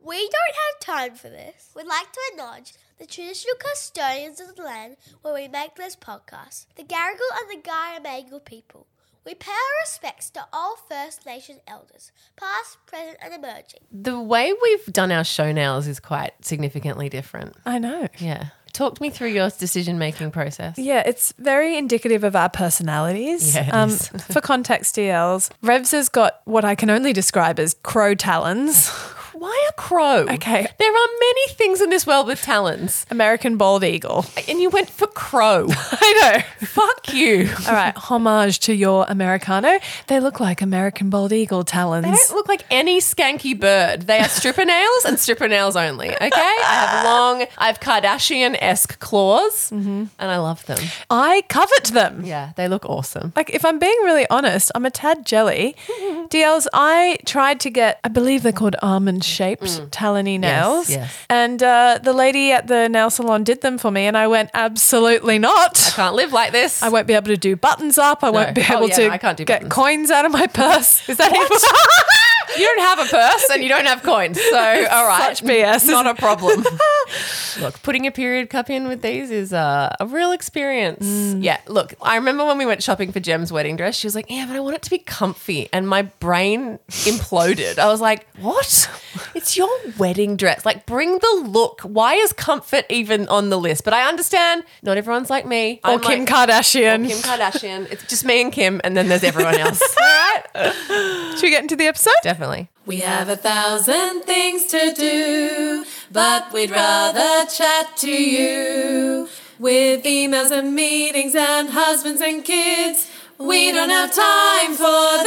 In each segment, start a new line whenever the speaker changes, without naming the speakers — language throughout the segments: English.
We don't have time for this.
We'd like to acknowledge the traditional custodians of the land where we make this podcast, the Garigal and the Garamangal people. We pay our respects to all First Nation elders, past, present, and emerging.
The way we've done our show nows is quite significantly different.
I know.
Yeah. Talk me through your decision making process.
Yeah, it's very indicative of our personalities. Um,
Yeah, it is.
for context, DLs, Revs has got what I can only describe as crow talons,
Why a crow?
Okay.
There are many things in this world with talons.
American bald eagle.
And you went for crow.
I know.
Fuck you.
All right, homage to your Americano. They look like American bald eagle talons.
They don't look like any skanky bird. They are stripper nails and stripper nails only. Okay. I have long, I have Kardashian esque claws and I love them.
I covet them.
Mm-hmm. Yeah. They look awesome.
Like, if I'm being really honest, I'm a tad jelly. DLs, I tried to get, I believe they're called almond shaped talony nails.
Mm. yes.
And uh, the lady at the nail salon did them for me, and I went, absolutely not.
Can't live like this.
I won't be able to do buttons up. I won't be
Oh,
able
yeah,
to
I can't do
get
buttons.
coins out of my purse. Is that
you don't have a purse and you don't have coins. So, all right.
Such BS.
Not a problem. look, putting a period cup in with these is uh, a real experience.
Mm.
Yeah. Look, I remember when we went shopping for Jem's wedding dress, she was like, Yeah, but I want it to be comfy. And my brain imploded. I was like, What? It's your wedding dress. Like, bring the look. Why is comfort even on the list? But I understand not everyone's like me.
Or
I'm
Kim
like-
Kardashian.
or Kim Kardashian. It's just me and Kim, and then there's everyone else. all right.
Should we get into the episode?
Definitely.
We have a thousand things to do, but we'd rather chat to you. With emails and meetings and husbands and kids, we don't have time for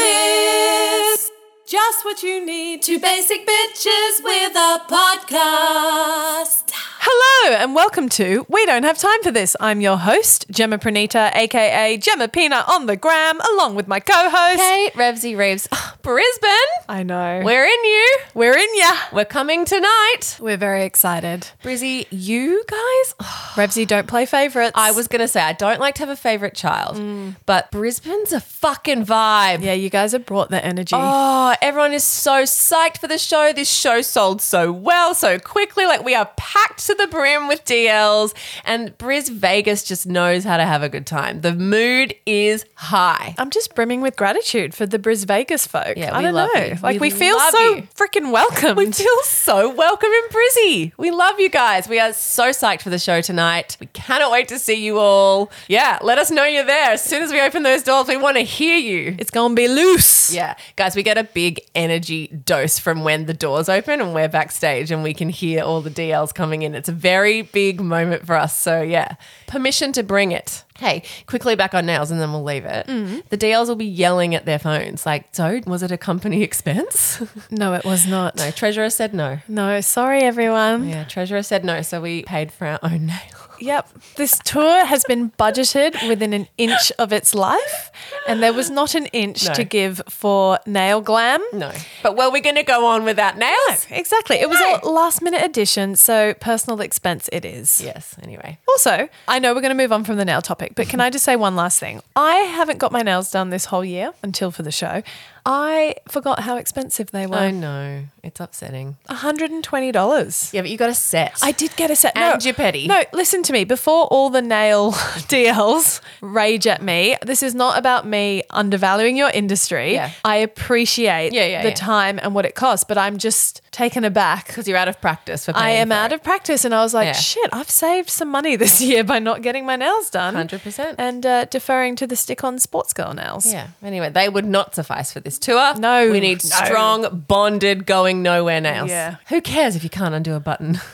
this. Just what you need two basic bitches with a podcast.
Hello and welcome to We Don't Have Time for This. I'm your host, Gemma Pranita, aka Gemma Pina on the gram, along with my co-host.
Hey, Revsy Reeves. Brisbane,
I know.
we're in you.
We're in ya.
We're coming tonight.
We're very excited.
Brizzy, you guys.
Revsy, don't play favourites.
Oh, I was going to say, I don't like to have a favourite child, but Brisbane's a fucking vibe.
Mm. Yeah, you guys have brought the energy.
Oh, everyone is so psyched for the show. This show sold so well, so quickly. Like, we are packed to the brim with DLs, and Briz Vegas just knows how to have a good time. The mood is high.
I'm just brimming with gratitude for the Bris Vegas folk.
Yeah,
I
we
don't
love
know.
you.
Like
We
we, feel
love
so
you.
freaking welcomed.
We feel so welcome in Brizzy. We love you guys. We are so psyched for the show tonight. We cannot wait to see you all. Yeah, let us know you're there. As soon as we open those doors, we want to hear you.
it's gonna be loose.
Yeah, guys, we get a big energy dose from when the doors open and we're backstage and we can hear all the DLs coming in. It's a very big moment for us. So, yeah, permission to bring it. Hey, quickly back on nails and then we'll leave it. The DLs will be yelling at their phones like, so was it a company expense?
No, it was not.
no, treasurer said no.
No, sorry everyone.
Yeah, treasurer said no, so we paid for our own nails.
Yep. This tour has been budgeted within an inch of its life, and there was not an inch
No.
to give for nail glam.
No, but were we going to go on without nails?
Exactly. It was a last minute addition, so personal expense it is.
Yes. Anyway,
Also, I know we're going to move on from the nail topic, but can I just say one last thing? I haven't got my nails done this whole year until for the show. I forgot how expensive they
I
were.
know it's upsetting.
$120.
Yeah, but you got a set.
I did get a set.
And
no,
your petty.
No, listen to me. Before all the nail DLs rage at me, this is not about me undervaluing your industry.
Yeah.
I appreciate
Yeah, yeah,
the
yeah.
time and what it costs, but I'm just taken aback.
because you're out of practice for.
I
paying
am
for
out
it.
of practice, and I was like,
Yeah.
shit, I've saved some money this year by not getting my nails done.
100%.
And uh, deferring to the stick on sports girl nails.
Yeah. Anyway, they would not suffice for this tour.
No.
we need
No.
strong, bonded, going nowhere nails.
Yeah.
Who cares if you can't undo a button?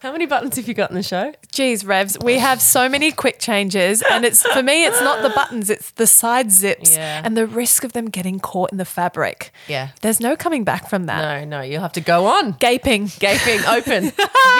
How many buttons have you got in the show?
Geez, Revs, we have so many quick changes, and it's for me, it's not the buttons, it's the side zips
Yeah.
and the risk of them getting caught in the fabric.
Yeah.
There's no coming back from that.
No, no, you'll have to go on.
Gaping.
Gaping open.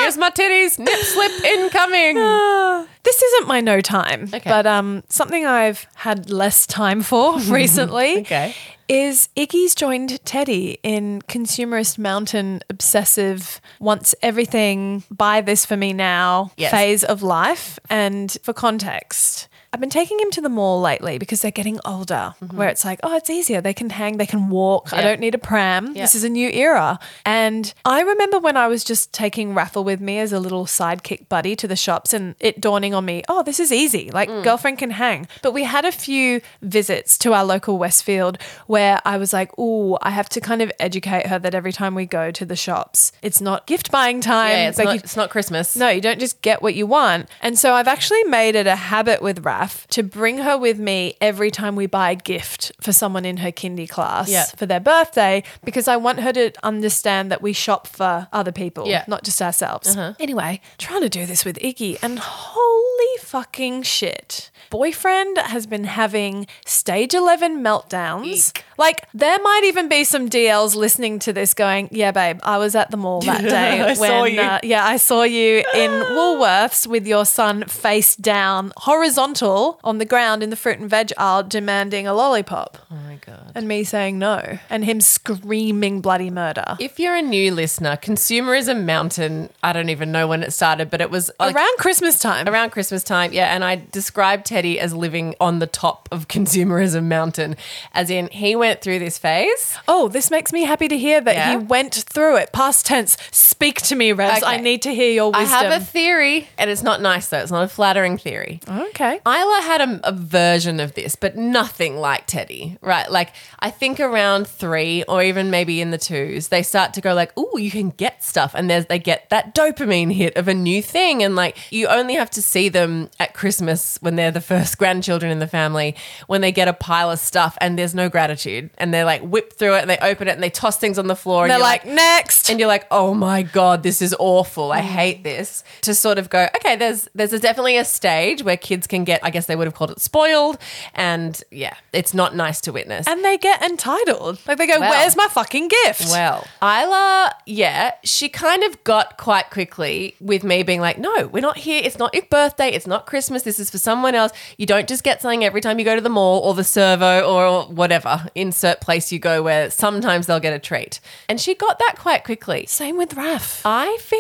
Here's my titties. Nip slip incoming.
This isn't my no time,
Okay.
but um, something I've had less time for recently
Okay.
is Iggy's joined Teddy in consumerist mountain obsessive wants everything buy this for me now
Yes.
phase of life. And for context, I've been taking him to the mall lately because they're getting older,
Mm-hmm.
where it's like, oh, it's easier. They can hang, they can walk. I don't need a pram. This is a new era. And I remember when I was just taking Raffle with me as a little sidekick buddy to the shops and it dawning on me, oh, this is easy. Like,
Mm.
girlfriend can hang. But we had a few visits to our local Westfield where I was like, oh, I have to kind of educate her that every time we go to the shops, it's not gift buying time.
Yeah, it's,
Like,
not,
you-
it's not Christmas.
no, you don't just get what you want. And so I've actually made it a habit with Raf to bring her with me every time we buy a gift for someone in her kindy class
Yeah.
for their birthday because I want her to understand that we shop for other people,
Yeah. Uh-huh.
not just ourselves. Anyway, trying to do this with Iggy and holy fucking shit. Boyfriend has been having stage 11 meltdowns. Like, there might even be some DLs listening to this going, Yeah, babe, I was at the mall that day
I
when
saw you.
uh, yeah, I saw you in Woolworths with your son face down, horizontal on the ground in the fruit and veg aisle, demanding a lollipop. Oh my god! And me saying no, and him screaming bloody murder.
If you're a new listener, consumerism mountain, I don't even know when it started, but it was like,
Around Christmas time,
around Christmas time. Yeah, and I described Teddy as living on the top of consumerism mountain, as in he went through this phase.
oh, this makes me happy to hear that
Yeah.
he went through it. Past tense, speak to me, Rez. I
Okay.
need to hear your wisdom.
I have a theory, and it's not nice though. It's not a flattering theory.
okay.
Isla had a, a version of this, but nothing like Teddy, right? Like, I think around three or even maybe in the twos, they start to go like, "Ooh, you can get stuff," and there's they get that dopamine hit of a new thing, and like you only have to see them at Christmas when they're the first grandchildren in the family when they get a pile of stuff and there's no gratitude, and they like whip through it and they open it and they toss things on the floor, and
They're
you're
like, next.
and you're like, oh my god, this is awful. I hate this. To sort of go, okay, there's there's a, definitely a stage where kids can get. I guess they would have called it spoiled, and yeah, it's not nice to witness.
And they get entitled. Like they go,
Well.
"Where's my fucking gift?"
well, Isla, yeah, she kind of got quite quickly with me being like, no, we're not here. It's not your birthday. It's not Christmas. This is for someone else. You don't just get something every time you go to the mall or the servo or whatever insert place you go where sometimes they'll get a treat. And she got that quite quickly.
Same with Raf.
I feel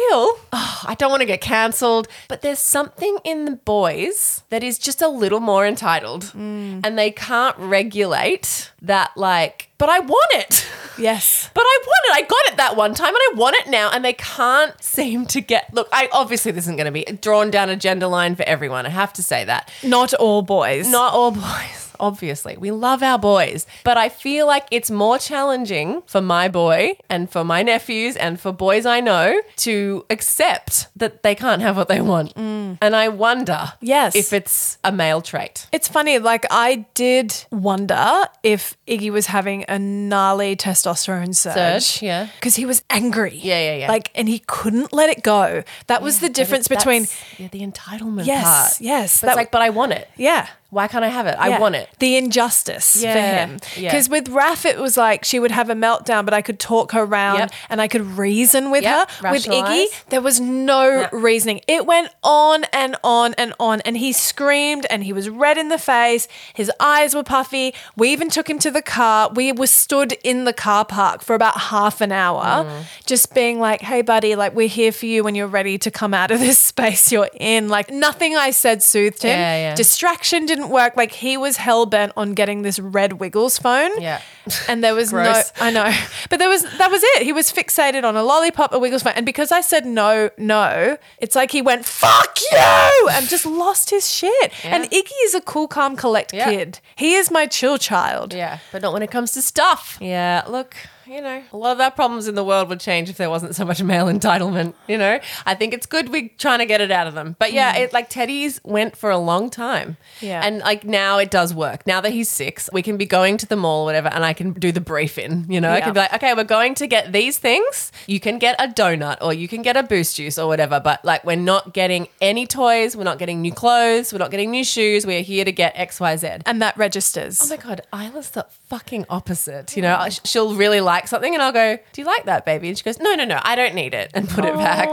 oh, I don't want to get cancelled, but there's something in the boys that is just a little more entitled, and they can't regulate that. Like, but I want it.
Yes.
But I want it. I got it that one time and I want it now. And they can't seem to get. Look, I obviously, this isn't going to be a drawn down agenda line for everyone. I have to say that.
Not all boys.
Not all boys, obviously. We love our boys, but I feel like it's more challenging for my boy and for my nephews and for boys I know to accept that they can't have what they want. And I wonder
Mm. Yes.
if it's a male trait.
It's funny, like I did wonder if Iggy was having a gnarly testosterone surge.
Surge, yeah.
Because he was angry.
Yeah, yeah, yeah.
Like, and he couldn't let it go. That was the difference between,
That's- yeah, the entitlement
Yes,
part.
yes,
But
that-
it's like, but I want it.
yeah.
Why can't I have it? I
yeah,
want it.
The injustice for
Yeah,
him.
yeah.
Because with Raf, it was like she would have a meltdown, but I could talk her around
Yep.
and I could reason with
Yep,
her. With Iggy,
rationalise.
there was no reasoning. It went on and on and on. And he screamed and he was red in the face. His eyes were puffy. We even took him to the car. We were stood in the car park for about half an hour,
Mm.
just being like, hey, buddy, like, we're here for you when you're ready to come out of this space you're in. Like, nothing I said soothed him.
Yeah, yeah.
Distraction didn't work. Like, he was hell bent on getting this red Wiggles phone.
Yeah.
And there was no,
Gross.
I know, but there was that was it. He was fixated on a lollipop, a Wiggles phone, and because I said no, no, it's like he went fuck you and just lost his shit. And Iggy is a cool, calm, collect
Yeah.
kid. He is my chill child.
Yeah, but not when it comes to stuff. Yeah, look, you know, a lot of our problems in the world would change if there wasn't so much male entitlement. You know, I think it's good we're trying to get it out of them. But yeah, it like Teddy's went for a long time.
Mm. Yeah.
and like now it does work. Now that he's six, we can be going to the mall, or whatever, and I can do the brief in. You know, I
Yeah.
can be like, okay, we're going to get these things. You can get a donut, or you can get a boost juice, or whatever. But like, we're not getting any toys. We're not getting new clothes. We're not getting new shoes. We are here to get X, Y, Z.
And that registers.
Oh my god, Isla's the fucking opposite. You know, Sh- she'll really like like something and I'll go, Do you like that, baby? And she goes, No, no, no, I don't need it. And put it back.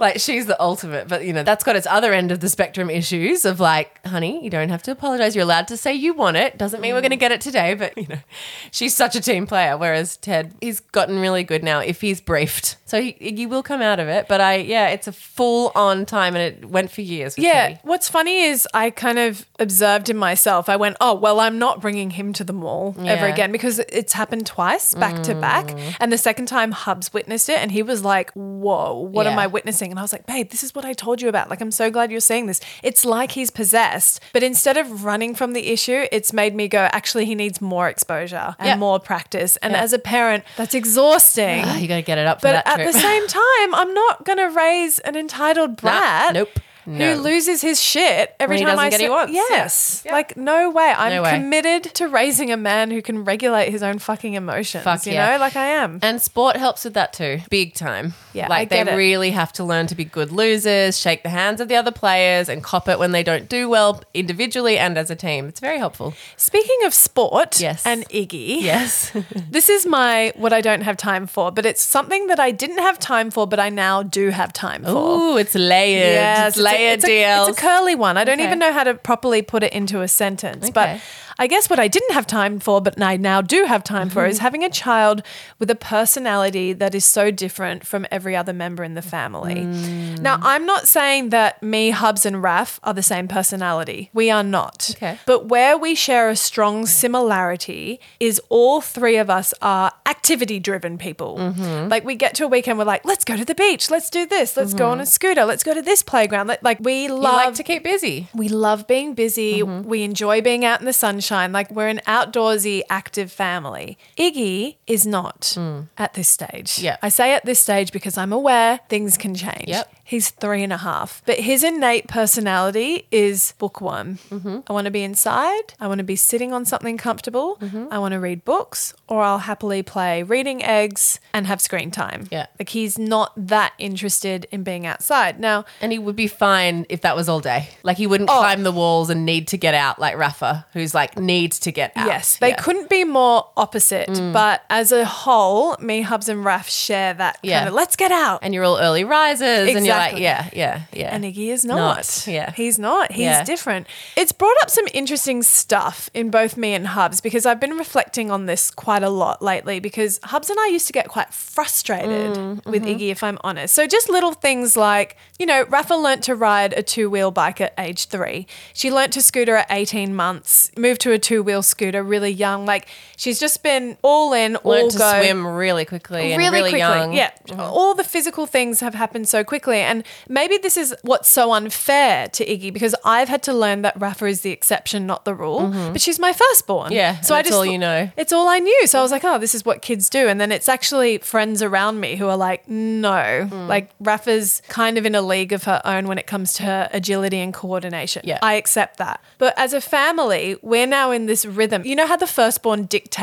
Like she's the ultimate. But, you know, that's got its other end of the spectrum issues of like, honey, you don't have to apologize. You're allowed to say you want it. Doesn't mean we're going to get it today. But, you know, she's such a team player. Whereas Ted, he's gotten really good now if he's briefed. So he, he will come out of it. But I, yeah, it's a full on time and it went for years. with
Yeah.
Teddy.
What's funny is I kind of observed in myself, I went, oh, well, I'm not bringing him to the mall ever
Yeah. Mm.
again because it's happened twice back to back. And the second time, Hubs witnessed it and he was like, whoa, what am
Yeah.
I witnessing? And I was like, babe, this is what I told you about. Like, I'm so glad you're seeing this. It's like he's possessed. But instead of running from the issue, it's made me go, actually, he needs more exposure and
Yeah.
more practice. And as a parent, that's exhausting.
Ah, you got to get it up for
But
that
at
trip.
the same time, I'm not going to raise an entitled brat
nope,
who
no.
loses his shit every
When he
time
doesn't
I
get
say
he wants, yeah.
Yes, like no way. I'm
No way.
committed to raising a man who can regulate his own fucking emotions.
Fuck
you
yeah.
know, like I am.
And sport helps with that too, big time.
Yeah, I
like
get
they
it.
really have to learn to be good losers, shake the hands of the other players, and cop it when they don't do well individually and as a team. It's very helpful.
Speaking of sport,
Yes.
and Iggy,
Yes,
this is my what I don't have time for, but it's something that I didn't have time for, but I now do have time for.
ooh, it's layered. it's
a-
layered
it's a,
deals.
it's a curly one. I don't
Okay.
even know how to properly put it into a sentence. But
Okay.
I guess what I didn't have time for, but I now do have time for,
Mm-hmm.
is having a child with a personality that is so different from every other member in the family.
Mm.
Now, I'm not saying that me, Hubs, and Raf are the same personality. We are not.
Okay.
But where we share a strong similarity is all three of us are activity driven people.
Mm-hmm.
Like we get to a weekend, we're like, let's go to the beach, let's do this, let's go on a scooter, let's go to this playground. Let- Like we
Mm-hmm. you
love
like to keep busy.
we love being busy.
Mm-hmm.
We enjoy being out in the sunshine. Like we're an outdoorsy, active family. Iggy is not at this stage.
Mm. Yeah.
I say at this stage because I'm aware things can change.
Yep.
He's three and a half, but his innate personality is bookworm.
Mm-hmm.
I want to be inside. I want to be sitting on something comfortable.
Mm-hmm.
I want to read books, or I'll happily play reading eggs and have screen time.
Yeah.
Like he's not that interested in being outside. Now,
And he would be fine if that was all day. Like he
Oh.
wouldn't climb the walls and need to get out like Rafa, who's like needs to get out.
Yes, they
Yeah. Mm.
couldn't be more opposite. But as a whole, me, Hubs, and Raf share that
Yeah.
kind of let's get out. And,
And you're all early risers, and you're like,
Exactly.
yeah, yeah, yeah.
Iggy is not.
Not, yeah.
He's not. He's
Yeah.
different. It's brought up some interesting stuff in both me and Hubs because I've been reflecting on this quite a lot lately because Hubs and I used to get quite frustrated
Mm,
with
mm-hmm.
Iggy, if I'm honest. So just little things like, you know, Rafa learnt to ride a two wheel bike at age three. She learnt to scooter at 18 months, moved to a two wheel scooter really young. Like she's just been all in, all
Learned to
go
swim really quickly and really,
quickly.
young. Uh-huh.
Yeah. All the physical things have happened so quickly. And maybe this is what's so unfair to Iggy because I've had to learn that Rafa is the exception, not the rule. But she's my firstborn.
Mm-hmm. Yeah,
So I
that's
just
all you know.
It's all I knew. So I was like, oh, this is what kids do. And then it's actually friends around me who are like, no.
Mm.
Like Rafa's kind of in a league of her own when it comes to her agility and coordination.
Yeah.
I accept that. But as a family, we're now in this rhythm. You know how the firstborn dictates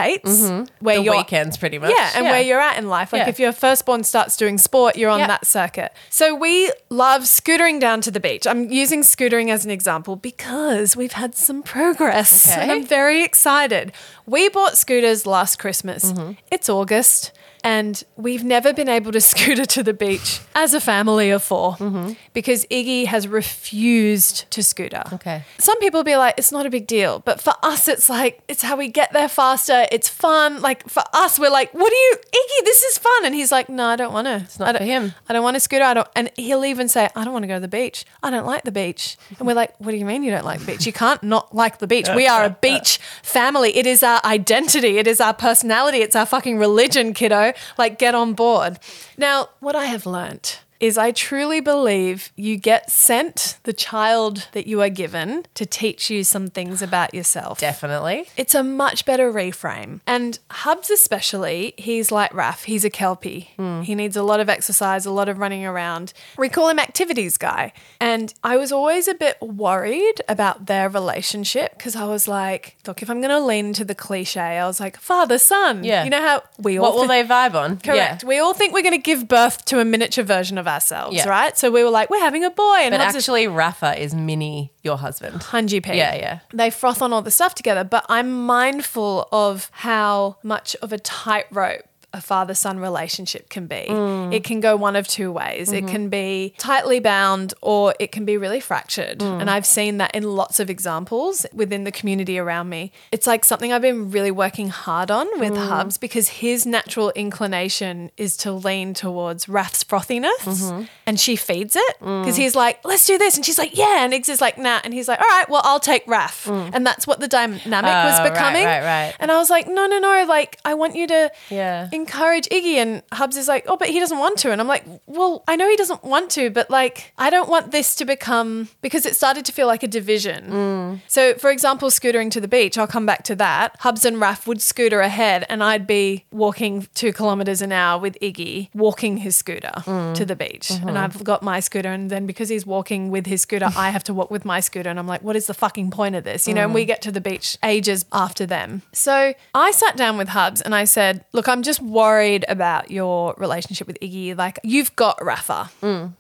where
Mm-hmm. The
your
weekends, pretty much.
yeah, and where you're at in life. Like
Yeah.
if your firstborn starts doing sport, you're on
Yeah.
that circuit. So we love scootering down to the beach. I'm using scootering as an example because we've had some progress and
Okay.
I'm very excited. We bought scooters last Christmas.
Mm-hmm.
It's August. And we've never been able to scooter to the beach as a family of 4
Mm-hmm.
because Iggy has refused to scooter.
Okay.
Some people be like, it's not a big deal. But for us, it's like, it's how we get there faster. It's fun. Like for us, we're like, what do you, Iggy, this is fun. And he's like, no, I don't want to. It's
not for him.
I don't want to scooter. I don't. And he'll even say, I don't want to go to the beach. I don't like the beach. And we're like, what do you mean you don't like the beach? You can't not like the beach. We are a beach family. It is our identity. It is our personality. It's our fucking religion, kiddo. Like, get on board. Now, what I have learnt is I truly believe you get sent the child that you are given to teach you some things about yourself
Definitely.
it's a much better reframe. And Hubs, especially, he's like Raf, he's a Kelpie.
Hmm.
He needs a lot of exercise, a lot of running around. We call him activities guy. And I was always a bit worried about their relationship because I was like, look, if I'm going to lean into the cliche, I was like, father, son.
Yeah.
You know how we all
What will
think-
they vibe on?
Correct.
Yeah.
We all think we're going to give birth to a miniature version of ourselves,
Yeah.
right? So we were like, we're having a boy. And
But
Hubs is
actually, Rafa is mini your husband.
Punji P.
Yeah, yeah.
They froth on all the stuff together, but I'm mindful of how much of a tightrope a father son relationship can be.
Mm.
It can go one of two ways.
Mm-hmm.
It can be tightly bound or it can be really fractured.
Mm.
And I've seen that in lots of examples within the community around me. It's like something I've been really working hard on with
Mm.
Hubs because his natural inclination is to lean towards Rath's frothiness
Mm-hmm.
and she feeds it
Mm.
because he's like, let's do this. And she's like, yeah. And Iggs is like, nah. And he's like, all right, well, I'll take Raph. And that's what the dynamic was
Mm. Oh, right,
becoming.
right, right.
And I was like, no, no, no. Like, I want you to
Yeah.
encourage Iggy. And Hubs is like, oh, but he doesn't want to. And I'm like, well, I know he doesn't want to, but like, I don't want this to become because it started to feel like a division.
Mm.
So, for example, scootering to the beach, I'll come back to that. Hubs and Raf would scooter ahead, and I'd be walking two kilometers an hour with Iggy, walking his scooter to the beach. And I've got my scooter, and then because he's walking with his scooter, I have to walk with my scooter. And I'm like, what is the fucking point of this? You know, and we get to the beach ages after them. So, I sat down with Hubs and I said, look, I'm just worried about your relationship with Iggy. Like, you've got Rafa,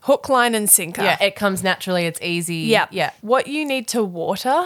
hook, line, and sinker.
Yeah, it comes naturally. It's easy.
Yeah.
Yeah. Mm.
What you need to water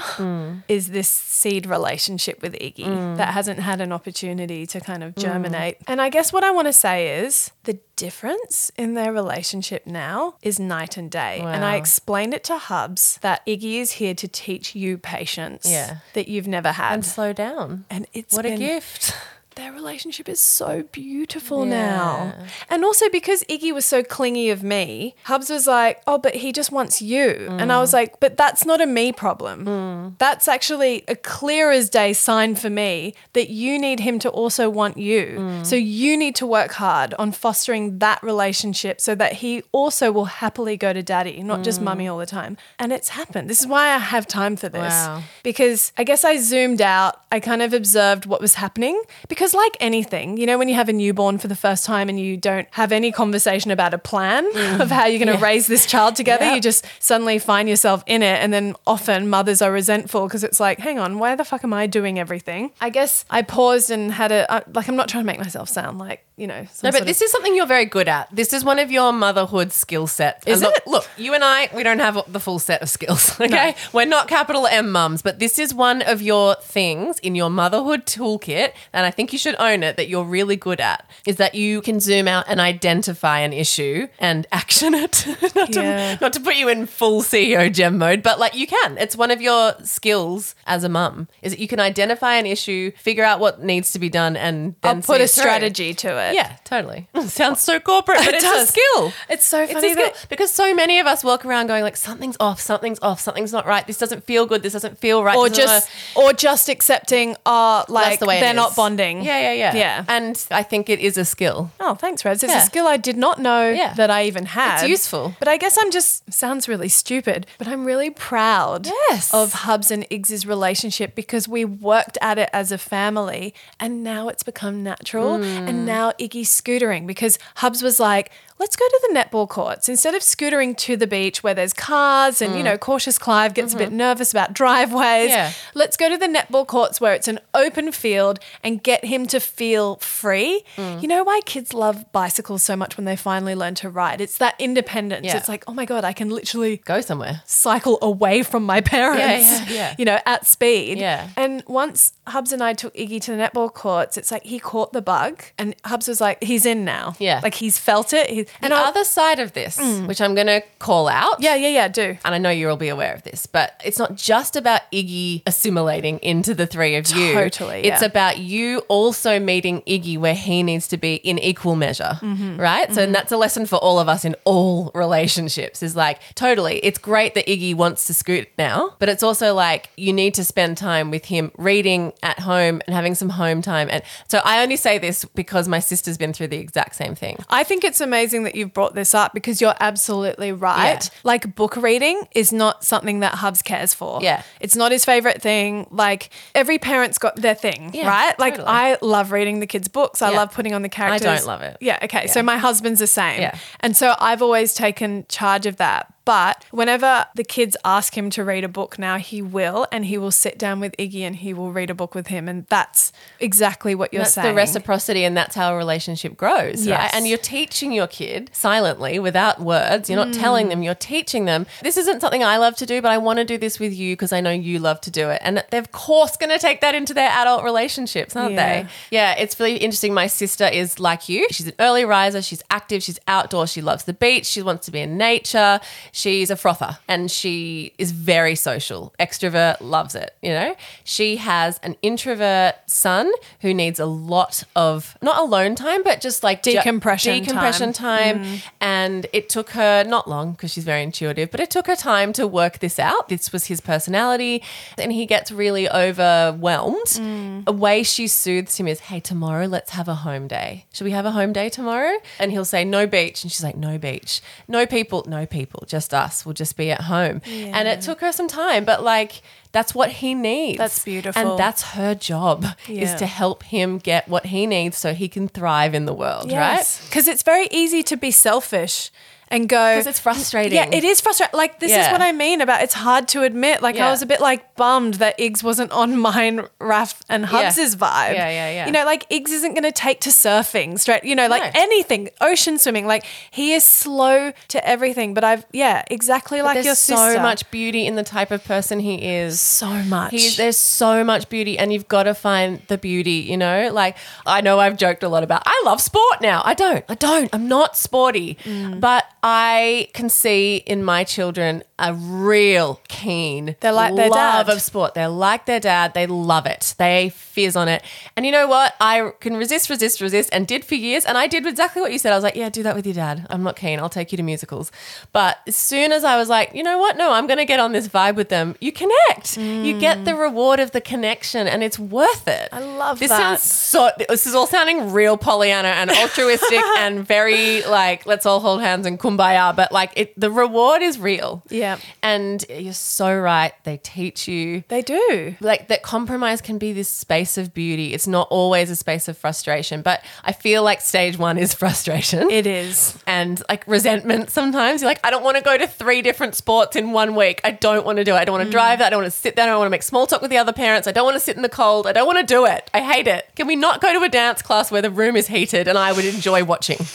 is this seed relationship with Iggy that hasn't had an opportunity to kind
Mm.
of germinate. And I guess what I want to say is the difference in their relationship now is night and day. And I
Wow.
explained it to Hubs that Iggy is here to teach you patience
Yeah.
that you've never had.
And slow down.
And it's
What a
been-
gift.
their relationship is so beautiful now. And also because Iggy was so clingy of me, Hubs was like, oh, but he just wants you. And
Mm.
I was like, but that's not a me problem. That's actually a clear as day sign for me that you need him to also want you.
Mm.
So you need to work hard on fostering that relationship so that he also will happily go to daddy, not
Mm.
just mummy all the time. And it's happened. This is why I have time for this
Wow.
because I guess I zoomed out. I kind of observed what was happening because, like anything, you know, when you have a newborn for the first time and you don't have any conversation about a plan
Mm.
of how you're going to raise this child together, you just suddenly find yourself in it. And then often mothers are resentful because it's like, hang on, why the fuck am I doing everything? I guess I paused and had a, uh, like, I'm not trying to make myself sound like, you know,
No,
some sort
but
of-
this is something you're very good at. This is one of your motherhood skill sets.
Is
And look,
it?
Look, you and I, we don't have the full set of skills, okay? We're not capital M mums, but this is one of your things in your motherhood toolkit, and I think you should own it that you're really good at, is that you can zoom out and identify an issue and action it. not,
Yeah.
to, not to put you in full CEO gem mode, but like you can. It's one of your skills as a mum, is that you can identify an issue, figure out what needs to be done, and then
I'll put
see
a
it through.
strategy to it.
Yeah, totally. Sounds so corporate, but
It
it's
does.
a skill.
It's so
It's
funny
a skill
that-
because so many of us walk around going like something's off, something's off, something's not right. This doesn't feel good. This doesn't feel right.
Or
this doesn't
just, or just accepting, uh,
wanna-
like
That's the way it
they're not
is.
bonding.
Yeah, yeah, yeah,
Yeah.
And I think it is a skill.
Oh, thanks, Rose. It's
Yeah.
a skill I did not know
Yeah.
that I even had.
It's useful.
But I guess I'm just, sounds really stupid, but I'm really proud
Yes.
of Hubs and Iggs's relationship because we worked at it as a family and now it's become natural. And now Iggy's scootering because Hubs was like, let's go to the netball courts instead of scootering to the beach where there's cars and, you know, cautious Clive gets a bit nervous about driveways.
Yeah.
Let's go to the netball courts where it's an open field and get him to feel free.
Mm.
You know why kids love bicycles so much when they finally learn to ride? It's that independence.
Yeah.
It's like, oh my God, I can literally
Go somewhere.
cycle away from my parents,
Yeah, yeah, yeah.
you know, at speed.
Yeah.
And once Hubs and I took Iggy to the netball courts, it's like he caught the bug and Hubs was like, he's in now.
Yeah.
Like he's felt it. He,
And
and Mm.
the
I-
other side of this, which I'm going to call out.
Yeah, yeah, yeah, do.
and I know you'll be aware of this, but it's not just about Iggy assimilating into the three of you.
Totally, yeah.
It's about you also meeting Iggy where he needs to be in equal measure,
Mm-hmm.
right? So, and that's a lesson for all of us in all relationships is like, totally, it's great that Iggy wants to scoot now, but it's also like you need to spend time with him reading at home and having some home time. And so I only say this because my sister's been through the exact same thing.
I think it's amazing that you've brought this up because you're absolutely right.
Yeah.
Like book reading is not something that Hubs cares for.
Yeah.
It's not his favorite thing. Like every parent's got their thing,
Yeah,
right? Like
totally.
I love reading the kids' books. I
Yeah.
love putting on the characters.
love it.
Yeah, okay. So my husband's the same.
Yeah.
And so I've always taken charge of that. But whenever the kids ask him to read a book now, he will, and he will sit down with Iggy and he will read a book with him. And that's exactly what you're
That's
saying.
the reciprocity, and that's how a relationship grows, right?
Yes.
And you're teaching your kid silently without words. You're not telling them, you're teaching them. This isn't something I love to do, but I want to do this with you because I know you love to do it. And they're, of course, going to take that into their adult relationships, aren't
Yeah.
they? Yeah, it's really interesting. My sister is like you. She's an early riser, she's active, she's outdoors, she loves the beach, she wants to be in nature. She's a frother and she is very social. Extrovert loves it, you know? She has an introvert son who needs a lot of not alone time, but just like ju-
Decompression Mm.
decompression time. And it took her not long because she's very intuitive, but it took her time to work this out. This was his personality. And he gets really overwhelmed.
Mm.
A way she soothes him is, Hey, tomorrow let's have a home day. Should we have a home day tomorrow? And he'll say, No beach. And she's like, No beach. No people. No people. Just us. We'll just be at home. And it took her some time, but like, that's what he needs.
That's beautiful.
And that's her job is
Yeah.
to help him get what he needs so he can thrive in the world, right?
Because it's very easy to be selfish and go.
'Cause it's frustrating.
Yeah, it is frustrating. Like, this is
Yeah.
what I mean about it's hard to admit. Like,
Yeah.
I was a bit like bummed that Iggs wasn't on mine, Raf, and Hubs' vibe.
Yeah, yeah, yeah.
You know, like, Iggs isn't going to take to surfing straight, you know, like
No.
anything, ocean swimming. Like, he is slow to everything. But I've, yeah, exactly like
there's
your sister.
so much beauty in the type of person he is.
So much.
He's, there's so much beauty, and you've got to find the beauty. You know, like I know I've joked a lot about. I love sport now. I don't. I don't. I'm not sporty,
Mm.
but I can see in my children a real keen.
They're like their
love
dad.
of sport. They're like their dad. They love it. They fizz on it. And you know what? I can resist, resist, resist, and did for years. And I did exactly what you said. I was like, yeah, do that with your dad. I'm not keen. I'll take you to musicals. But as soon as I was like, you know what? No, I'm going to get on this vibe with them. You connect. You get the reward of the connection, and it's worth it. I
Mm. love
this Sounds
that.
so. This is all sounding real Pollyanna and altruistic and very like let's all hold hands and kumbaya. But like it, the reward is real.
Yeah.
And you're so right. They teach you
They do.
like that compromise can be this space of beauty. It's not always a space of frustration, but I feel like stage one is frustration
It is.
and like resentment sometimes. You're like, I don't want to go to three different sports in one week. I don't want to do it. I don't want to drive. I don't want to sit there. I don't want to make small talk with the other parents. I don't want to sit in the cold. I don't want to do it. I hate it. Can we not go to a dance class where the room is heated and I would enjoy watching?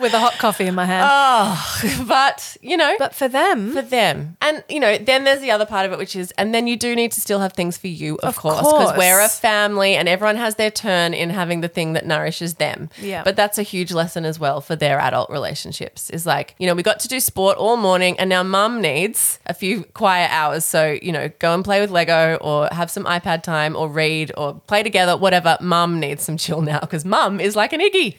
With a hot coffee in my hand.
but, you know.
but for them,
for them. And you know, then there's the other part of it, which is, and then you do need to still have things for you, of, course,
course.
because we're a family, and everyone has their turn in having the thing that nourishes them.
Yeah.
But that's a huge lesson as well for their adult relationships. Is like, you know, we got to do sport all morning, and now mum needs a few quiet hours. So you know, go and play with Lego, or have some iPad time, or read, or play together, whatever. Mum needs some chill now because mum is like an Iggy.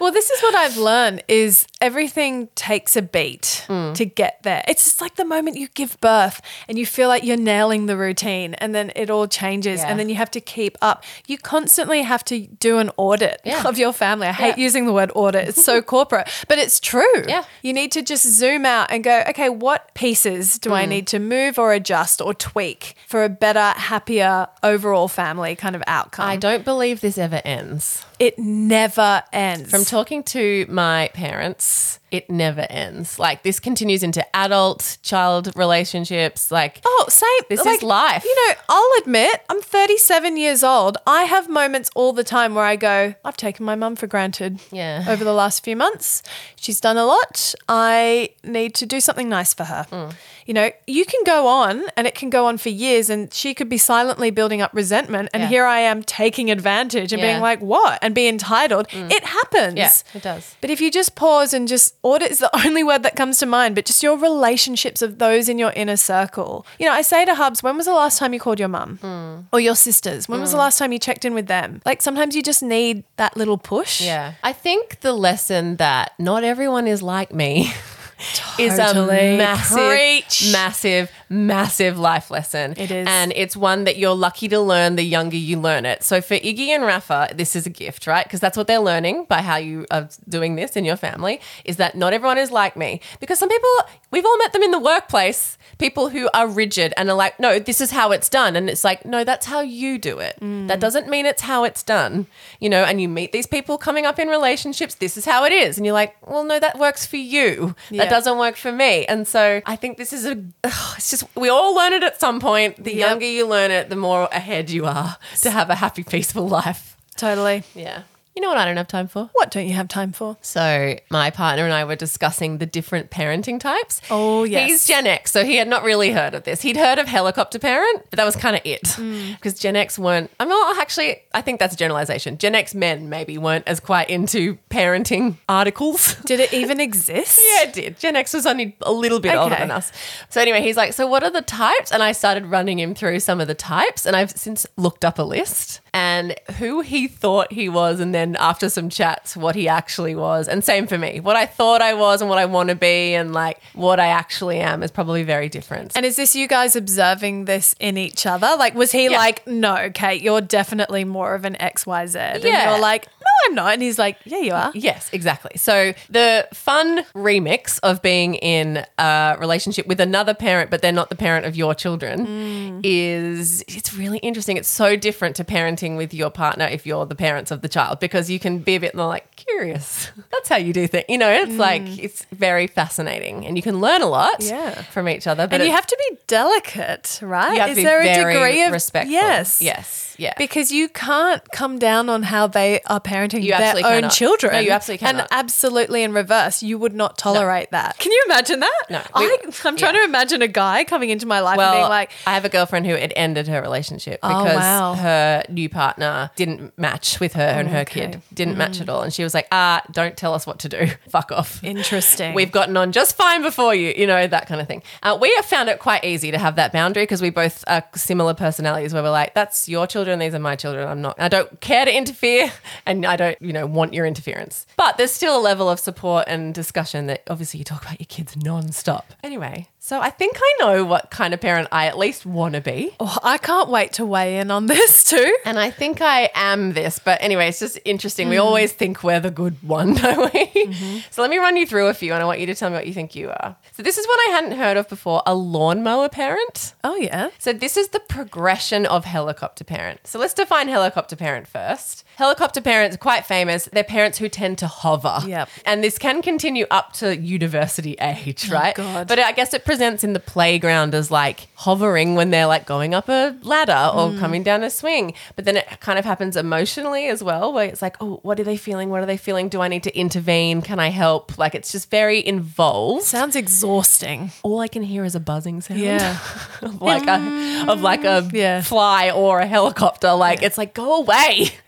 Well, this is what I've learned is everything takes a beat
Mm.
to get there. It's just like the moment you give birth and you feel like you're nailing the routine and then it all changes
Yeah.
and then you have to keep up. You constantly have to do an audit of your family. I hate
Yeah.
using the word audit. It's so corporate, but it's true.
Yeah.
You need to just zoom out and go, okay, what pieces do I
Mm.
need to move or adjust or tweak for a better, happier overall family kind of outcome?
I don't believe this ever ends.
it never ends.
From talking to my parents, it never ends. Like this continues into adult child relationships. Like
Oh, same.
This is life.
You know, I'll admit, I'm 37 years old. I have moments all the time where I go, I've taken my mum for granted.
Yeah.
Over the last few months, she's done a lot. I need to do something nice for her.
Mm.
You know, you can go on and it can go on for years, and she could be silently building up resentment. And
Yeah.
here I am taking advantage and being
Yeah. Mm.
like, what? And be entitled. It happens.
Yeah, it does.
But if you just pause and just audit is the only word that comes to mind, but just your relationships of those in your inner circle. You know, I say to Hubs, when was the last time you called your mum
Hmm.
or your sisters? When was the last time you checked in with them? Like sometimes you just need that little push.
Yeah. I think the lesson that not everyone is like me is a
Totally.
massive,
Preach.
massive, massive life lesson.
It is.
And it's one that you're lucky to learn the younger you learn it. So for Iggy and Rafa, this is a gift, right? Because that's what they're learning by how you are doing this in your family is that not everyone is like me. Because some people, we've all met them in the workplace, people who are rigid and are like, no, this is how it's done. And it's like, no, that's how you do it. That doesn't mean it's how it's done, you know? And you meet these people coming up in relationships, this is how it is. And you're like, well, no, that works for you.
Yeah.
That doesn't work for me. And so I think this is a, it's just, we all learn it at some point. The
Yep.
younger you learn it, the more ahead you are to have a happy, peaceful life.
Totally.
Yeah. You know what I don't have time for?
What don't you have time for?
So my partner and I were discussing the different parenting types.
Oh, yes.
he's Gen X, so he had not really heard of this. He'd heard of helicopter parent, but that was kind of it because Gen X weren't. I'm not actually. I think that's a generalization. Gen X men maybe weren't as quite into parenting articles.
Did it even exist?
Yeah, it did. Gen X was only a little bit older
Okay.
than us. So anyway, he's like, "So what are the types?" And I started running him through some of the types, and I've since looked up a list and who he thought he was, and then after some chats, what he actually was, and same for me, what I thought I was and what I want to be, and like what I actually am is probably very different.
And is this you guys observing this in each other? Like, was he like, no, Kate, you're definitely more of an XYZ? And
Yeah.
you're like, no, I'm not. And he's like, yeah, you are.
Yes, exactly. So the fun remix of being in a relationship with another parent, but they're not the parent of your children,
Mm.
is it's really interesting. It's so different to parenting with your partner if you're the parents of the child because you can be a bit more like curious. That's how you do things. You know, it's like it's very fascinating, and you can learn a lot
Mm. Yeah.
from each other. But
and you
it's-
have to be delicate, right?
you have
Is
to be
there
very
a degree of
respectful?
Yes.
yes, yeah.
Because you can't come down on how they are parenting
You
their own
absolutely cannot.
children.
No, you absolutely
And
cannot.
absolutely in reverse, you would not tolerate that. Can you imagine that?
No.
I, I'm trying to imagine a guy coming into my life and being like,
I have a girlfriend who had ended her relationship
Oh,
because
wow.
her new partner didn't match with her and her kid didn't
Mm.
match at all, and she was like, "Ah, don't tell us what to do. Fuck off."
Interesting.
We've gotten on just fine before you, you know that kind of thing. Uh, we have found it quite easy to have that boundary because we both are similar personalities, where we're like, "That's your children. These are my children. I'm not. I don't care to interfere, and I don't, you know, want your interference." But there's still a level of support and discussion that obviously you talk about your kids nonstop. Anyway, so I think I know what kind of parent I at least want to be.
oh, I can't wait to weigh in on this too.
And I think I am this, but anyway, it's just interesting. We always think we're the good one, don't we? So let me run you through a few and I want you to tell me what you think you are. So this is one I hadn't heard of before a lawnmower parent.
Oh, yeah.
So this is the progression of helicopter parent. So let's define helicopter parent first. Helicopter parents are quite famous. They're parents who tend to hover.
Yep.
And this can continue up to university age, right?
Oh, God.
But I guess it presents in the playground as like hovering when they're like going up a ladder or
Mm.
coming down a swing. But then it kind of happens emotionally as well, where it's like, oh, what are they feeling? What are they feeling? Do I need to intervene? Can I help? Like it's just very involved
Sounds exhausting.
all I can hear is a buzzing sound.
Yeah.
of like a of like a
Yeah.
fly or a helicopter. Like it's like go away.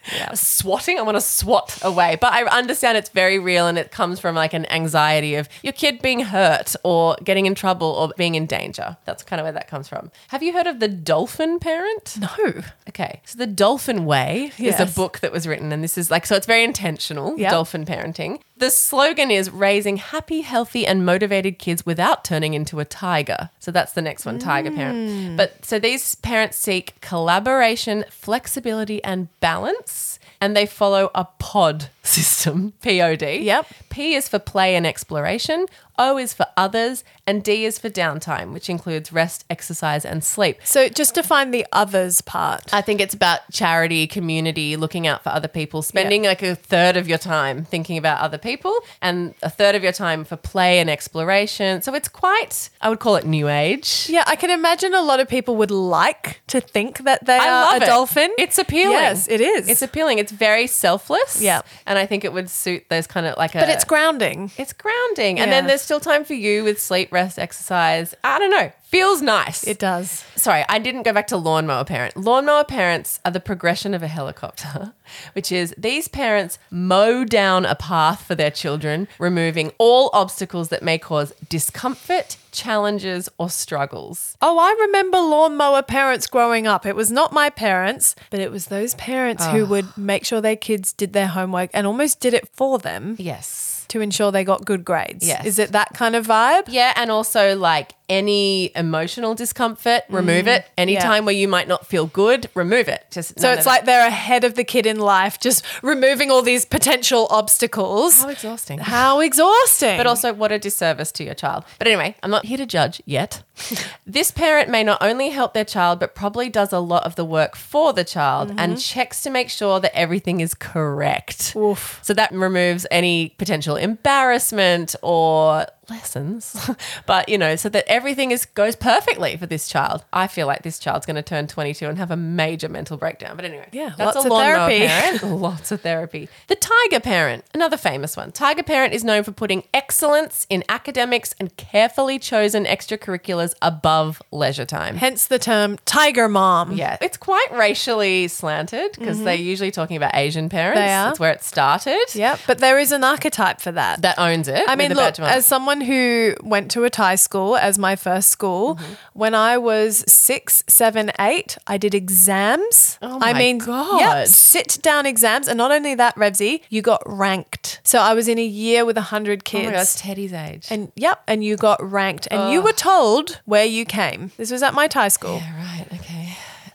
Swatting. I want to swat away. But I understand it's very real and it comes from like an anxiety of your kid being hurt or getting in trouble or being in danger. That's kind of where that comes from. Have you heard of the dolphin parent?
No.
Okay. So The Dolphin Way is
Yes.
a book that was written, and this is like, so it's very intentional,
Yep.
dolphin parenting. The slogan is raising happy, healthy, and motivated kids without turning into a tiger. So that's the next one, tiger
Mm.
parent. But so these parents seek collaboration, flexibility, and balance, and they follow a pod system, POD.
Yep.
P is for play and exploration. O is for others, and D is for downtime, which includes rest, exercise, and sleep.
So just to find the others part.
I think it's about charity, community, looking out for other people, spending like a third of your time thinking about other people and a third of your time for play and exploration. So it's quite, I would call it new age.
Yeah, I can imagine a lot of people would like to think that they
I
are
love
a
it.
dolphin.
It's appealing.
Yes, it is.
It's appealing. It's very selfless.
Yeah.
And I think it would suit those kind of like a.
but it's grounding.
It's grounding. And
Yeah.
then there's still time for you with sleep, rest, exercise. I don't know. Feels nice.
It does.
sorry, I didn't go back to lawnmower parent. Lawnmower parents are the progression of a helicopter, which is these parents mow down a path for their children, removing all obstacles that may cause discomfort, challenges, or struggles.
Oh, I remember lawnmower parents growing up. It was not my parents, but it was those parents who would make sure their kids did their homework and almost did it for them
Yes.
to ensure they got good grades.
Yes.
Is it that kind of vibe?
Yeah, and also like any emotional discomfort, remove it. Any
Yeah.
time where you might not feel good, remove it. Mm. Just
So
none
it's
of it.
like they're ahead of the kid in life, just removing all these potential obstacles.
how exhausting.
How exhausting.
but also what a disservice to your child. But anyway, I'm not here to judge yet. this parent may not only help their child, but probably does a lot of the work for the child
Mm-hmm.
and checks to make sure that everything is correct. So that removes any potential embarrassment or lessons. but you know, so that everything is goes perfectly for this child. I feel like this child's going to turn 22 and have a major mental breakdown. But anyway,
Yeah,
that's
lots
a
of
lawnmower
therapy.
parent. lots of therapy. The tiger parent, another famous one. Tiger parent is known for putting excellence in academics and carefully chosen extracurriculars above leisure time.
hence the term tiger mom.
Yeah, it's quite racially slanted because they're usually talking about Asian parents.
Mm-hmm. They are.
That's where it started.
Yep. But there is an archetype for that.
That owns it.
I
with
mean,
a
look,
badge mark.
as someone who went to a Thai school as my first school,
Mm-hmm.
when I was six, seven, eight, I did exams.
Oh
I
my
mean,
God.
yep, sit down exams. And not only that, Revsy, you got ranked. So I was in a year with
Oh
100
my
kids.
God, it's Teddy's age.
And yep, and you got ranked and you were told where you came. This was at my Thai school.
Yeah, right. Okay.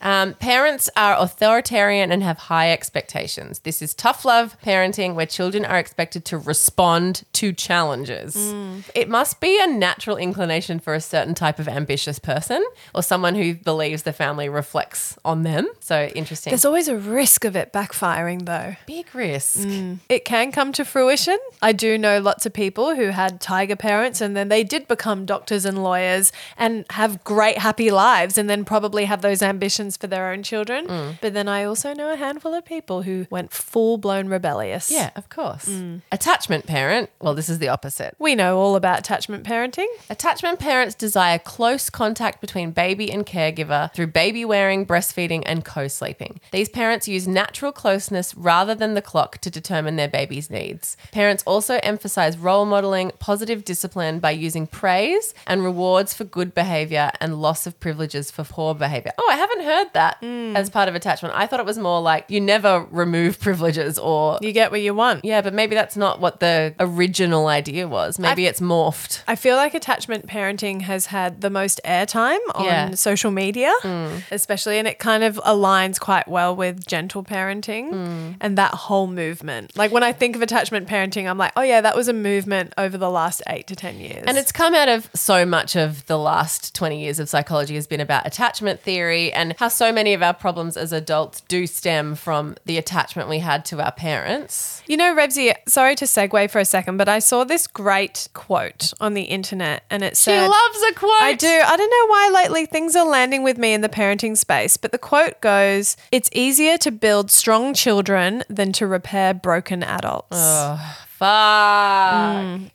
Um, parents are authoritarian and have high expectations. This is tough love parenting where children are expected to respond to challenges. It must be a natural inclination for a certain type of ambitious person or someone who believes the family reflects on them. So interesting.
There's always a risk of it backfiring though.
big risk.
It can come to fruition. I do know lots of people who had tiger parents and then they did become doctors and lawyers and have great happy lives and then probably have those ambitions for their own children. But then I also know a handful of people who went full blown rebellious.
Yeah, of course. Mm. Attachment parent. Well, this is the opposite.
We know all about attachment parenting.
Attachment parents desire close contact between baby and caregiver through baby wearing, breastfeeding, and co sleeping. These parents use natural closeness rather than the clock to determine their baby's needs. Parents also emphasize role modeling, positive discipline by using praise and rewards for good behavior and loss of privileges for poor behavior. Oh, I haven't heard that as part of attachment. I thought it was more like you never remove privileges or.
You get what you want.
Yeah, but maybe that's not what the original idea was. Maybe it's morphed.
I feel like attachment parenting has had the most airtime on
Yeah. Mm.
social media, especially, and it kind of aligns quite well with gentle parenting
Mm.
and that whole movement. Like when I think of attachment parenting, I'm like, oh yeah, that was a movement over the last eight to 10 years.
And it's come out of so much of the last 20 years of psychology has been about attachment theory and how so many of our problems as adults do stem from the attachment we had to our parents.
You know, Revsy, sorry to segue for a second, but I saw this great quote on the internet and it
She
said,
loves a quote.
I do. I don't know why lately things are landing with me in the parenting space, but the quote goes, It's easier to build strong children than to repair broken adults.
Oh, Fuck.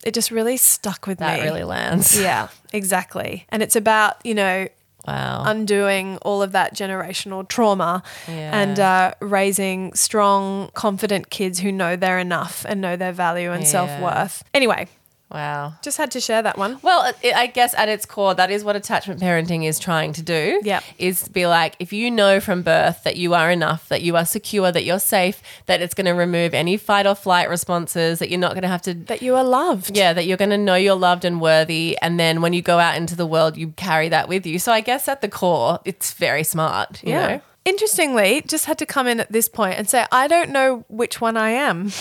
It just really stuck with
That
Mm, me.
really lands.
Yeah, exactly. And it's about, you know,
Wow.
undoing all of that generational trauma
Yeah.
and uh, raising strong, confident kids who know they're enough and know their value and
Yeah.
self worth. Anyway,
wow.
just had to share that one.
Well, it, I guess at its core, that is what attachment parenting is trying to do.
Yep.
Is be like, if you know from birth that you are enough, that you are secure, that you're safe, that it's going to remove any fight or flight responses, that you're not going to have to
That you are loved.
Yeah, that you're going to know you're loved and worthy. And then when you go out into the world, you carry that with you. So I guess at the core, it's very smart. You Know?
Interestingly, just had to come in at this point and say, I don't know which one I am.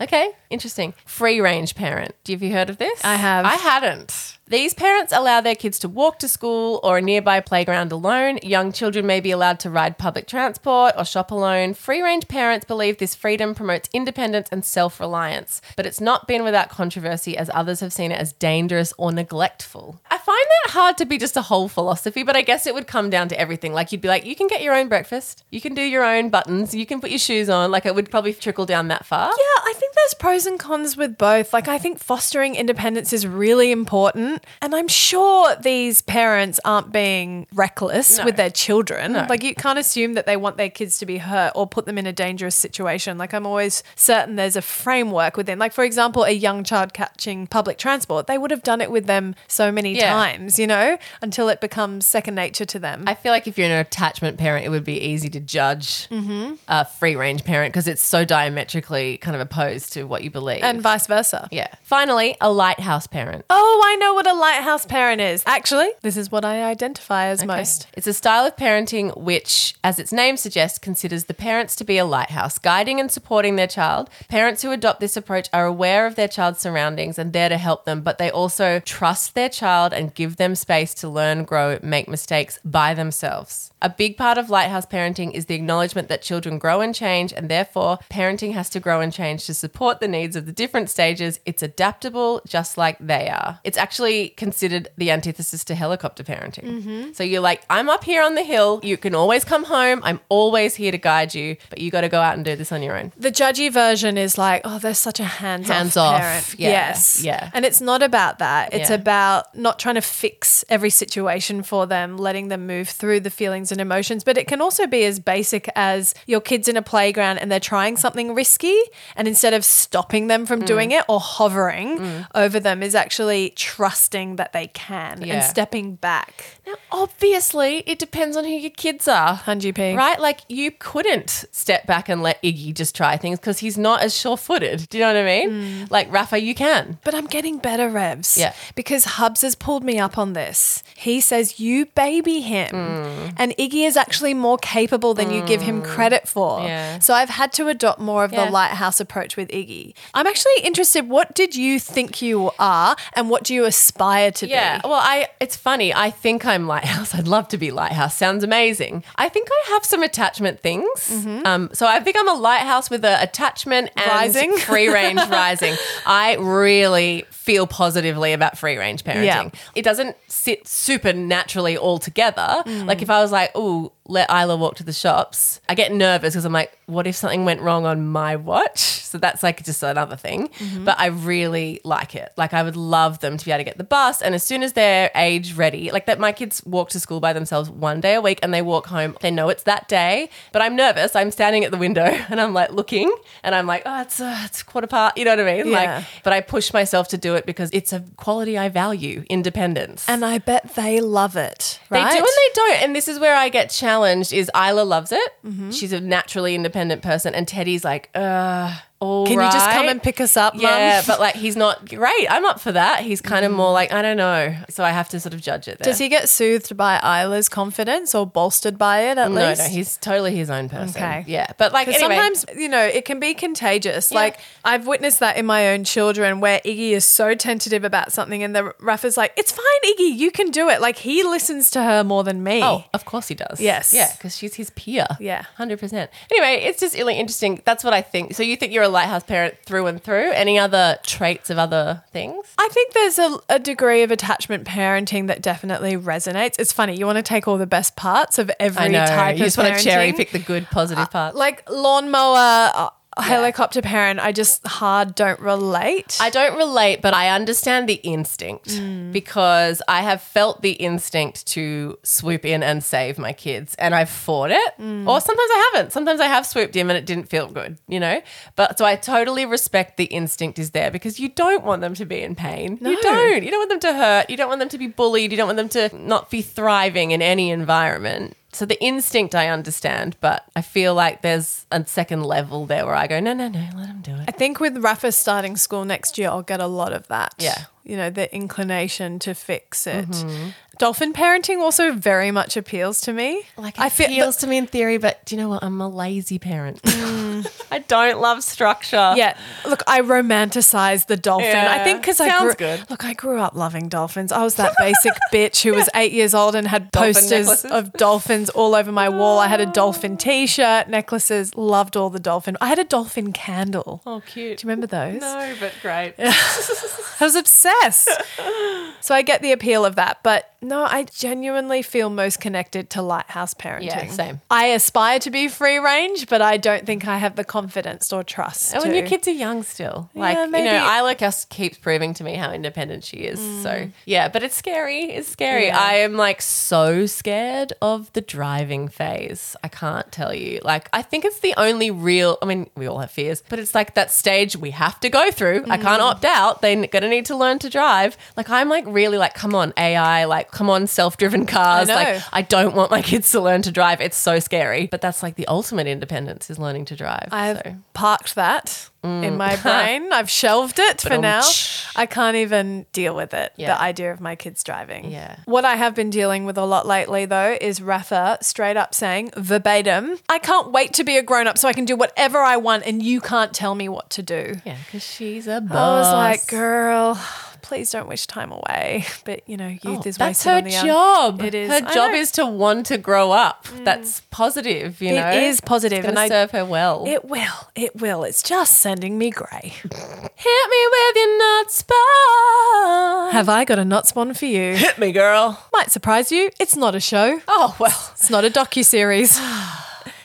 Okay, interesting. Free range parent. Do you- Have you heard of this?
I have.
I hadn't. These parents allow their kids to walk to school or a nearby playground alone. Young children may be allowed to ride public transport or shop alone. Free range parents believe this freedom promotes independence and self reliance, but it's not been without controversy as others have seen it as dangerous or neglectful. I find that hard to be just a whole philosophy, but I guess it would come down to everything. Like you'd be like, you can get your own breakfast, you can do your own buttons, you can put your shoes on. Like it would probably trickle down that far.
Yeah, I think there's pros and cons with both. Like, I think fostering independence is really important. And I'm sure these parents aren't being reckless with their children. Like, you can't assume that they want their kids to be hurt or put them in a dangerous situation. Like, I'm always certain there's a framework within. Like, for example, a young child catching public transport, they would have done it with them so many
Yeah.
times, you know, until it becomes second nature to them.
I feel like if you're an attachment parent, it would be easy to judge a free range parent because it's so diametrically kind of opposed to what you believe.
and vice versa.
yeah. Finally, a lighthouse parent.
Oh, I know what a lighthouse parent is. Actually, this is what I identify as most.
It's a style of parenting which, as its name suggests, considers the parents to be a lighthouse, guiding and supporting their child. Parents who adopt this approach are aware of their child's surroundings and there to help them, but they also trust their child and give them space to learn, grow, make mistakes by themselves. A big part of lighthouse parenting is the acknowledgement that children grow and change, and therefore, parenting has to grow and change to support the needs of the different stages. It's adaptable just like they are. It's actually considered the antithesis to helicopter parenting. So you're like, I'm up here on the hill. You can always come home. I'm always here to guide you, but you got to go out and do this on your own.
The judgy version is like, oh, there's such a hands off
Hands off.
parent.
Yeah.
Yes.
Yeah.
And it's not about that. It's
Yeah.
about not trying to fix every situation for them, letting them move through the feelings and emotions. But it can also be as basic as your kids in a playground and they're trying something risky. And instead of stopping them
Mm.
from doing it or hovering over them, is actually trusting that they can
Yeah.
and stepping back.
Now, obviously, it depends on who your kids are.
100p.
Right? Like, you couldn't step back and let Iggy just try things because he's not as sure footed. Do you know what I mean? Like, Rafa, you can.
But I'm getting better, Revs.
Yeah.
Because Hubs has pulled me up on this. He says, You baby him.
Mm.
And Iggy is actually more capable than you give him credit for.
Yeah.
So I've had to adopt more of
Yeah.
the lighthouse approach with Iggy. I'm actually interested, what did you think you are and what do you aspire to
Yeah.
be?
Well, I it's funny. I think I'm lighthouse. I'd love to be lighthouse. Sounds amazing. I think I have some attachment things.
Mm-hmm.
Um, so I think I'm a lighthouse with a attachment and
Rising.
free range rising. I really feel positively about free range parenting.
Yeah.
It doesn't sit super naturally all together. Like if I was like, "Ooh, let Isla walk to the shops," I get nervous because I'm like, "What if something went wrong on my watch?" So that's like just another thing. But I really like it. Like I would love them to be able to get the bus, and as soon as they're age ready, like that, my kids walk to school by themselves one day a week, and they walk home. They know it's that day, but I'm nervous. I'm standing at the window and I'm like looking, and I'm like, "Oh, it's uh, it's quarter past." You know what I mean?
Yeah.
Like, but I push myself to do it because it's a quality I value: independence.
And I bet they love it, right?
They do and they don't. And this is where I get challenged is Isla loves it.
Mm-hmm.
She's a naturally independent person. And Teddy's like, uh, all
Can you just come
right."
and pick us up, Mum?
Yeah, but like he's not great. I'm up for that. He's kind of more like, I don't know. So I have to sort of judge it there.
Mm. Does he get soothed by Isla's confidence or bolstered by it at
no,
least?
no, he's totally his own person.
Okay.
Yeah. But like
Because
anyway,
sometimes, you know, it can be contagious. Like, I've witnessed that in my own children where Iggy is so tentative about something and the Rafa's like, it's fine, Iggy, you can do it. Like, he listens to her more than me.
Oh, of course he does.
Yes.
Yeah, because she's his peer.
Yeah.
100%. Anyway, it's just really interesting. That's what I think. So you think you're a lighthouse parent through and through? Any other traits of other things?
I think there's a, a degree of attachment parenting that definitely resonates. It's funny, you want to take all the best parts of every type
you
of
just want
parenting. Uh,
to cherry pick the good, positive parts.
Like, lawnmower, uh, helicopter parent, I just hard don't relate.
I don't relate, but I understand the instinct because I have felt the instinct to swoop in and save my kids, and I've fought it. Or sometimes I haven't. Sometimes I have swooped in and it didn't feel good, you know? But so I totally respect the instinct is there because you don't want them to be in pain. You don't. You don't want them to hurt. You don't want them to be bullied. You don't want them to not be thriving in any environment. So the instinct I understand, but I feel like there's a second level there where I go, no, no, no, let them do it.
I think with Rafa starting school next year, I'll get a lot of that.
Yeah. Mm-hmm.
You know, the inclination to fix it. Dolphin parenting also very much appeals to me.
Like it
I feel
appeals to me in theory, but do you know what? I'm a lazy parent. Mm. I don't love structure.
yeah. Look, I romanticize the dolphin. I
Yeah.
think because I
Sounds
grew,
good.
look, I grew up loving dolphins. I was that basic bitch who was eight years old and had
Dolphin
posters
necklaces. Oh.
of dolphins all over my wall. I had a dolphin T-shirt, necklaces. Loved all the dolphin. I had a dolphin candle.
Oh, cute.
Do you remember those?
No, but great.
I was obsessed. so I get the appeal of that. But no, I genuinely feel most connected to lighthouse parenting.
Yeah, same.
I aspire to be free range, but I don't think I have the confidence or trust.
Oh, And when your
to-
kids are young still, like you
maybe-
know, Isla just keeps proving to me how independent she is. So yeah, but it's scary. It's scary. I am like so scared of the driving phase. I can't tell you. Like I think it's the only real. I mean, we all have fears, but it's like that stage we have to go through. I can't opt out. They're gonna need to learn to drive. Like I'm like really like come on AI. Like come on self-driven cars.
I know.
Like I don't want my kids to learn to drive. It's so scary. But that's like the ultimate independence is learning to drive.
I've
so. Mm.
parked that in my brain. I've shelved it for now.
Ba-dum-tsh.
I can't even deal with it.
Yeah.
The idea of my kids driving.
Yeah.
What I have been dealing with a lot lately, though, is Rafa straight up saying verbatim, "I can't wait to be a grown up so I can do whatever I want, and you can't tell me what to do."
Yeah, because she's a boss.
I was like, girl, please don't wish time away. But you know, youth is
Oh, that's
wasted
her
on the young.
job.
It is.
Her
I
job
know. Mm.
is to want to grow up. That's positive, you
It
know.
is positive,
It's gonna
and I-
serve her well.
It will. It will. It's just sending me grey.
Hit me with your nut spot.
Have I got a not spawn for you?
Hit me, girl.
Might surprise you. It's not a show.
Oh well,
It's not a docu series.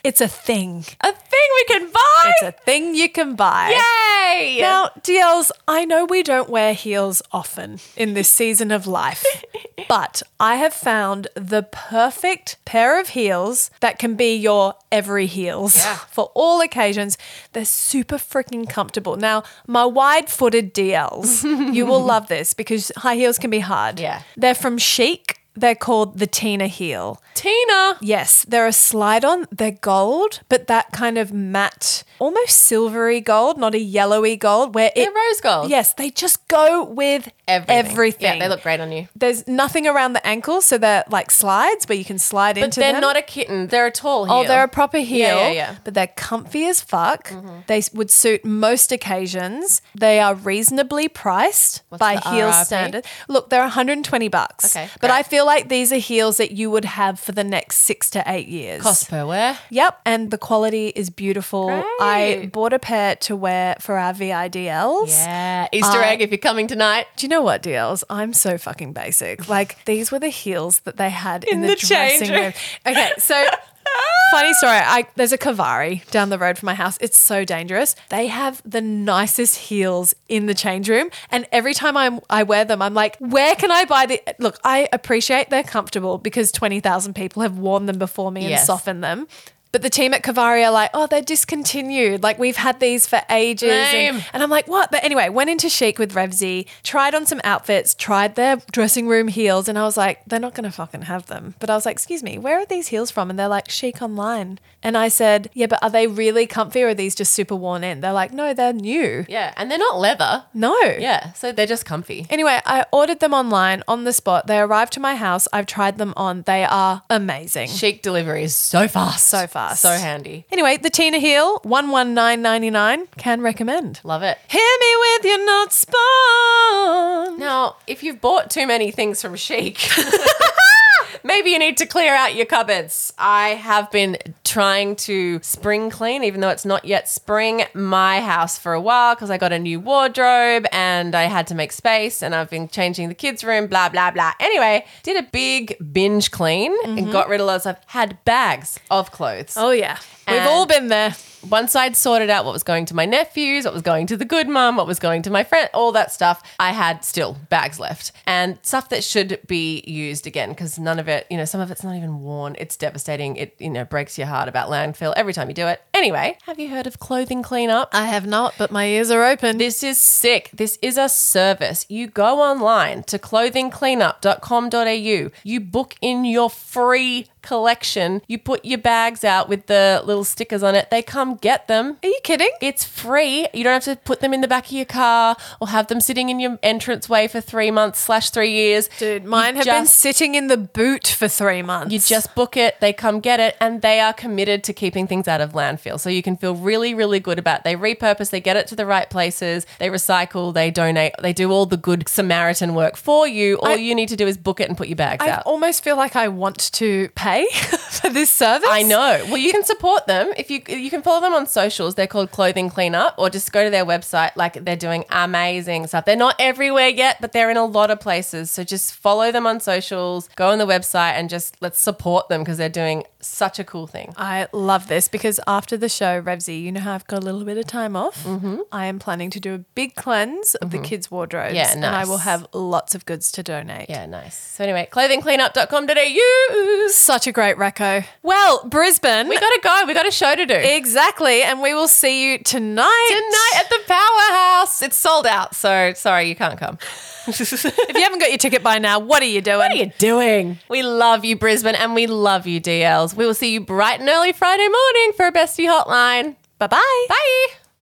it's a thing.
a thing we can buy.
It's a thing you can buy.
Yay!
Now, DLs, I know we don't wear heels often in this season of life, but I have found the perfect pair of heels that can be your every heels for all occasions. They're super freaking comfortable. Now, my wide footed DLs, you will love this because high heels can be hard.
Yeah.
They're from Chic. They're called the Tina heel.
Tina.
Yes, they're a slide on. They're gold, but that kind of matte, almost silvery gold, not a yellowy gold. Where it
They're rose gold.
Yes, they just go with everything.
Yeah, they look great on you.
There's nothing around the ankle, so they're like slides where you can slide
But
into
they're
them.
not a kitten. They're a tall heel.
Oh, they're a proper heel.
yeah, yeah. Mm-hmm.
But they're comfy as fuck. They s- would suit most occasions. They are reasonably priced
What's
by
the
heel
RRP?
standard. Look, they're 120 bucks.
Okay,
But
great.
I feel like these are heels that you would have for the next six to eight years.
cost per wear.
Yep, and the quality is beautiful. I
Great.
bought a pair to wear for our VIDLs.
Yeah,
Uh,
Easter egg if you're coming tonight.
Do you know what, DLs? I'm so fucking basic. Like, these were the heels that they had in,
In
the,
the
dressing
change
room. Okay, so funny story. I, there's a Kavari down the road from my house. It's so dangerous. They have the nicest heels in the change room. And every time I'm, I wear them, I'm like, where can I buy the. Look, I appreciate they're comfortable because 20,000 people have worn them before me and
Yes.
softened them. But the team at Kavari are like, oh, they're discontinued. Like, we've had these for ages. And-
Lame.
and I'm like, what? But anyway, went into Chic with Revzy, tried on some outfits, tried their dressing room heels, and I was like, they're not going to fucking have them. But I was like, excuse me, where are these heels from? And they're like, Chic online. And I said, yeah, but are they really comfy or are these just super worn in? They're like, no, they're new.
Yeah, and they're not leather.
No.
Yeah, so they're just comfy.
Anyway, I ordered them online on the spot. They arrived to my house. I've tried them on. They are amazing.
Chic delivery is so fast.
So fast.
So handy.
Anyway, the Tina Heel, 119.99, can recommend.
Love it.
Hear me with your not spawn.
Now, if you've bought too many things from Chic, maybe you need to clear out your cupboards. I have been trying to spring clean, even though it's not yet spring, my house for a while because I got a new wardrobe and I had to make space and I've been changing the kids' room, blah, blah, blah. Anyway, did a big binge clean and got rid of lots of, had bags of clothes.
Oh yeah, we've
And-
all been there.
once I'd sorted out what was going to my nephews, what was going to the good mum, what was going to my friend, all that stuff, I had still bags left and stuff that should be used again because none of it, you know, some of it's not even worn. It's devastating. It, you know, breaks your heart about landfill every time you do it. Anyway, have you heard of clothing cleanup?
I have not, but my ears are open.
This is sick. This is a service. You go online to clothingcleanup.com.au. You book in your free collection. You put your bags out with the little stickers on it. They come get them.
Are you kidding?
It's free. You don't have to put them in the back of your car or have them sitting in your entranceway for three months slash three years.
Dude, mine have been
just-
sitting in the boot for three months.
You just book it, they come get it, and they are committed to keeping things out of landfill. So you can feel really, really good about. They repurpose, they get it to the right places, they recycle, they donate, they do all the good Samaritan work for you. All you need to do is book it and put your bags
I
out.
almost feel like I want to pay for this service.
I know. Well, you can support them if you you can follow follow them on socials. They're called Clothing Cleanup, or just go to their website. Like they're doing amazing stuff. They're not everywhere yet, but they're in a lot of places. So just follow them on socials. Go on the website and just let's support them because they're doing such a cool thing.
I love this because after the show, Revsy, you know how I've got a little bit of time off. I am planning to do a big cleanse of the kids' wardrobes.
Yeah,
And I
nice.
will have lots of goods to donate.
Yeah, nice. So anyway, clothingcleanup.com.au.
Such a great reco. Well, Brisbane.
We gotta go. We got a show to do.
exactly. And we will see you tonight.
Tonight at the powerhouse. It's sold out, so sorry you can't come.
If you haven't got your ticket by now, what are you doing? What are you doing?
We love you, Brisbane, and we love you, DLs. We will see you bright and early Friday morning for a bestie hotline.
Bye-bye.
Bye.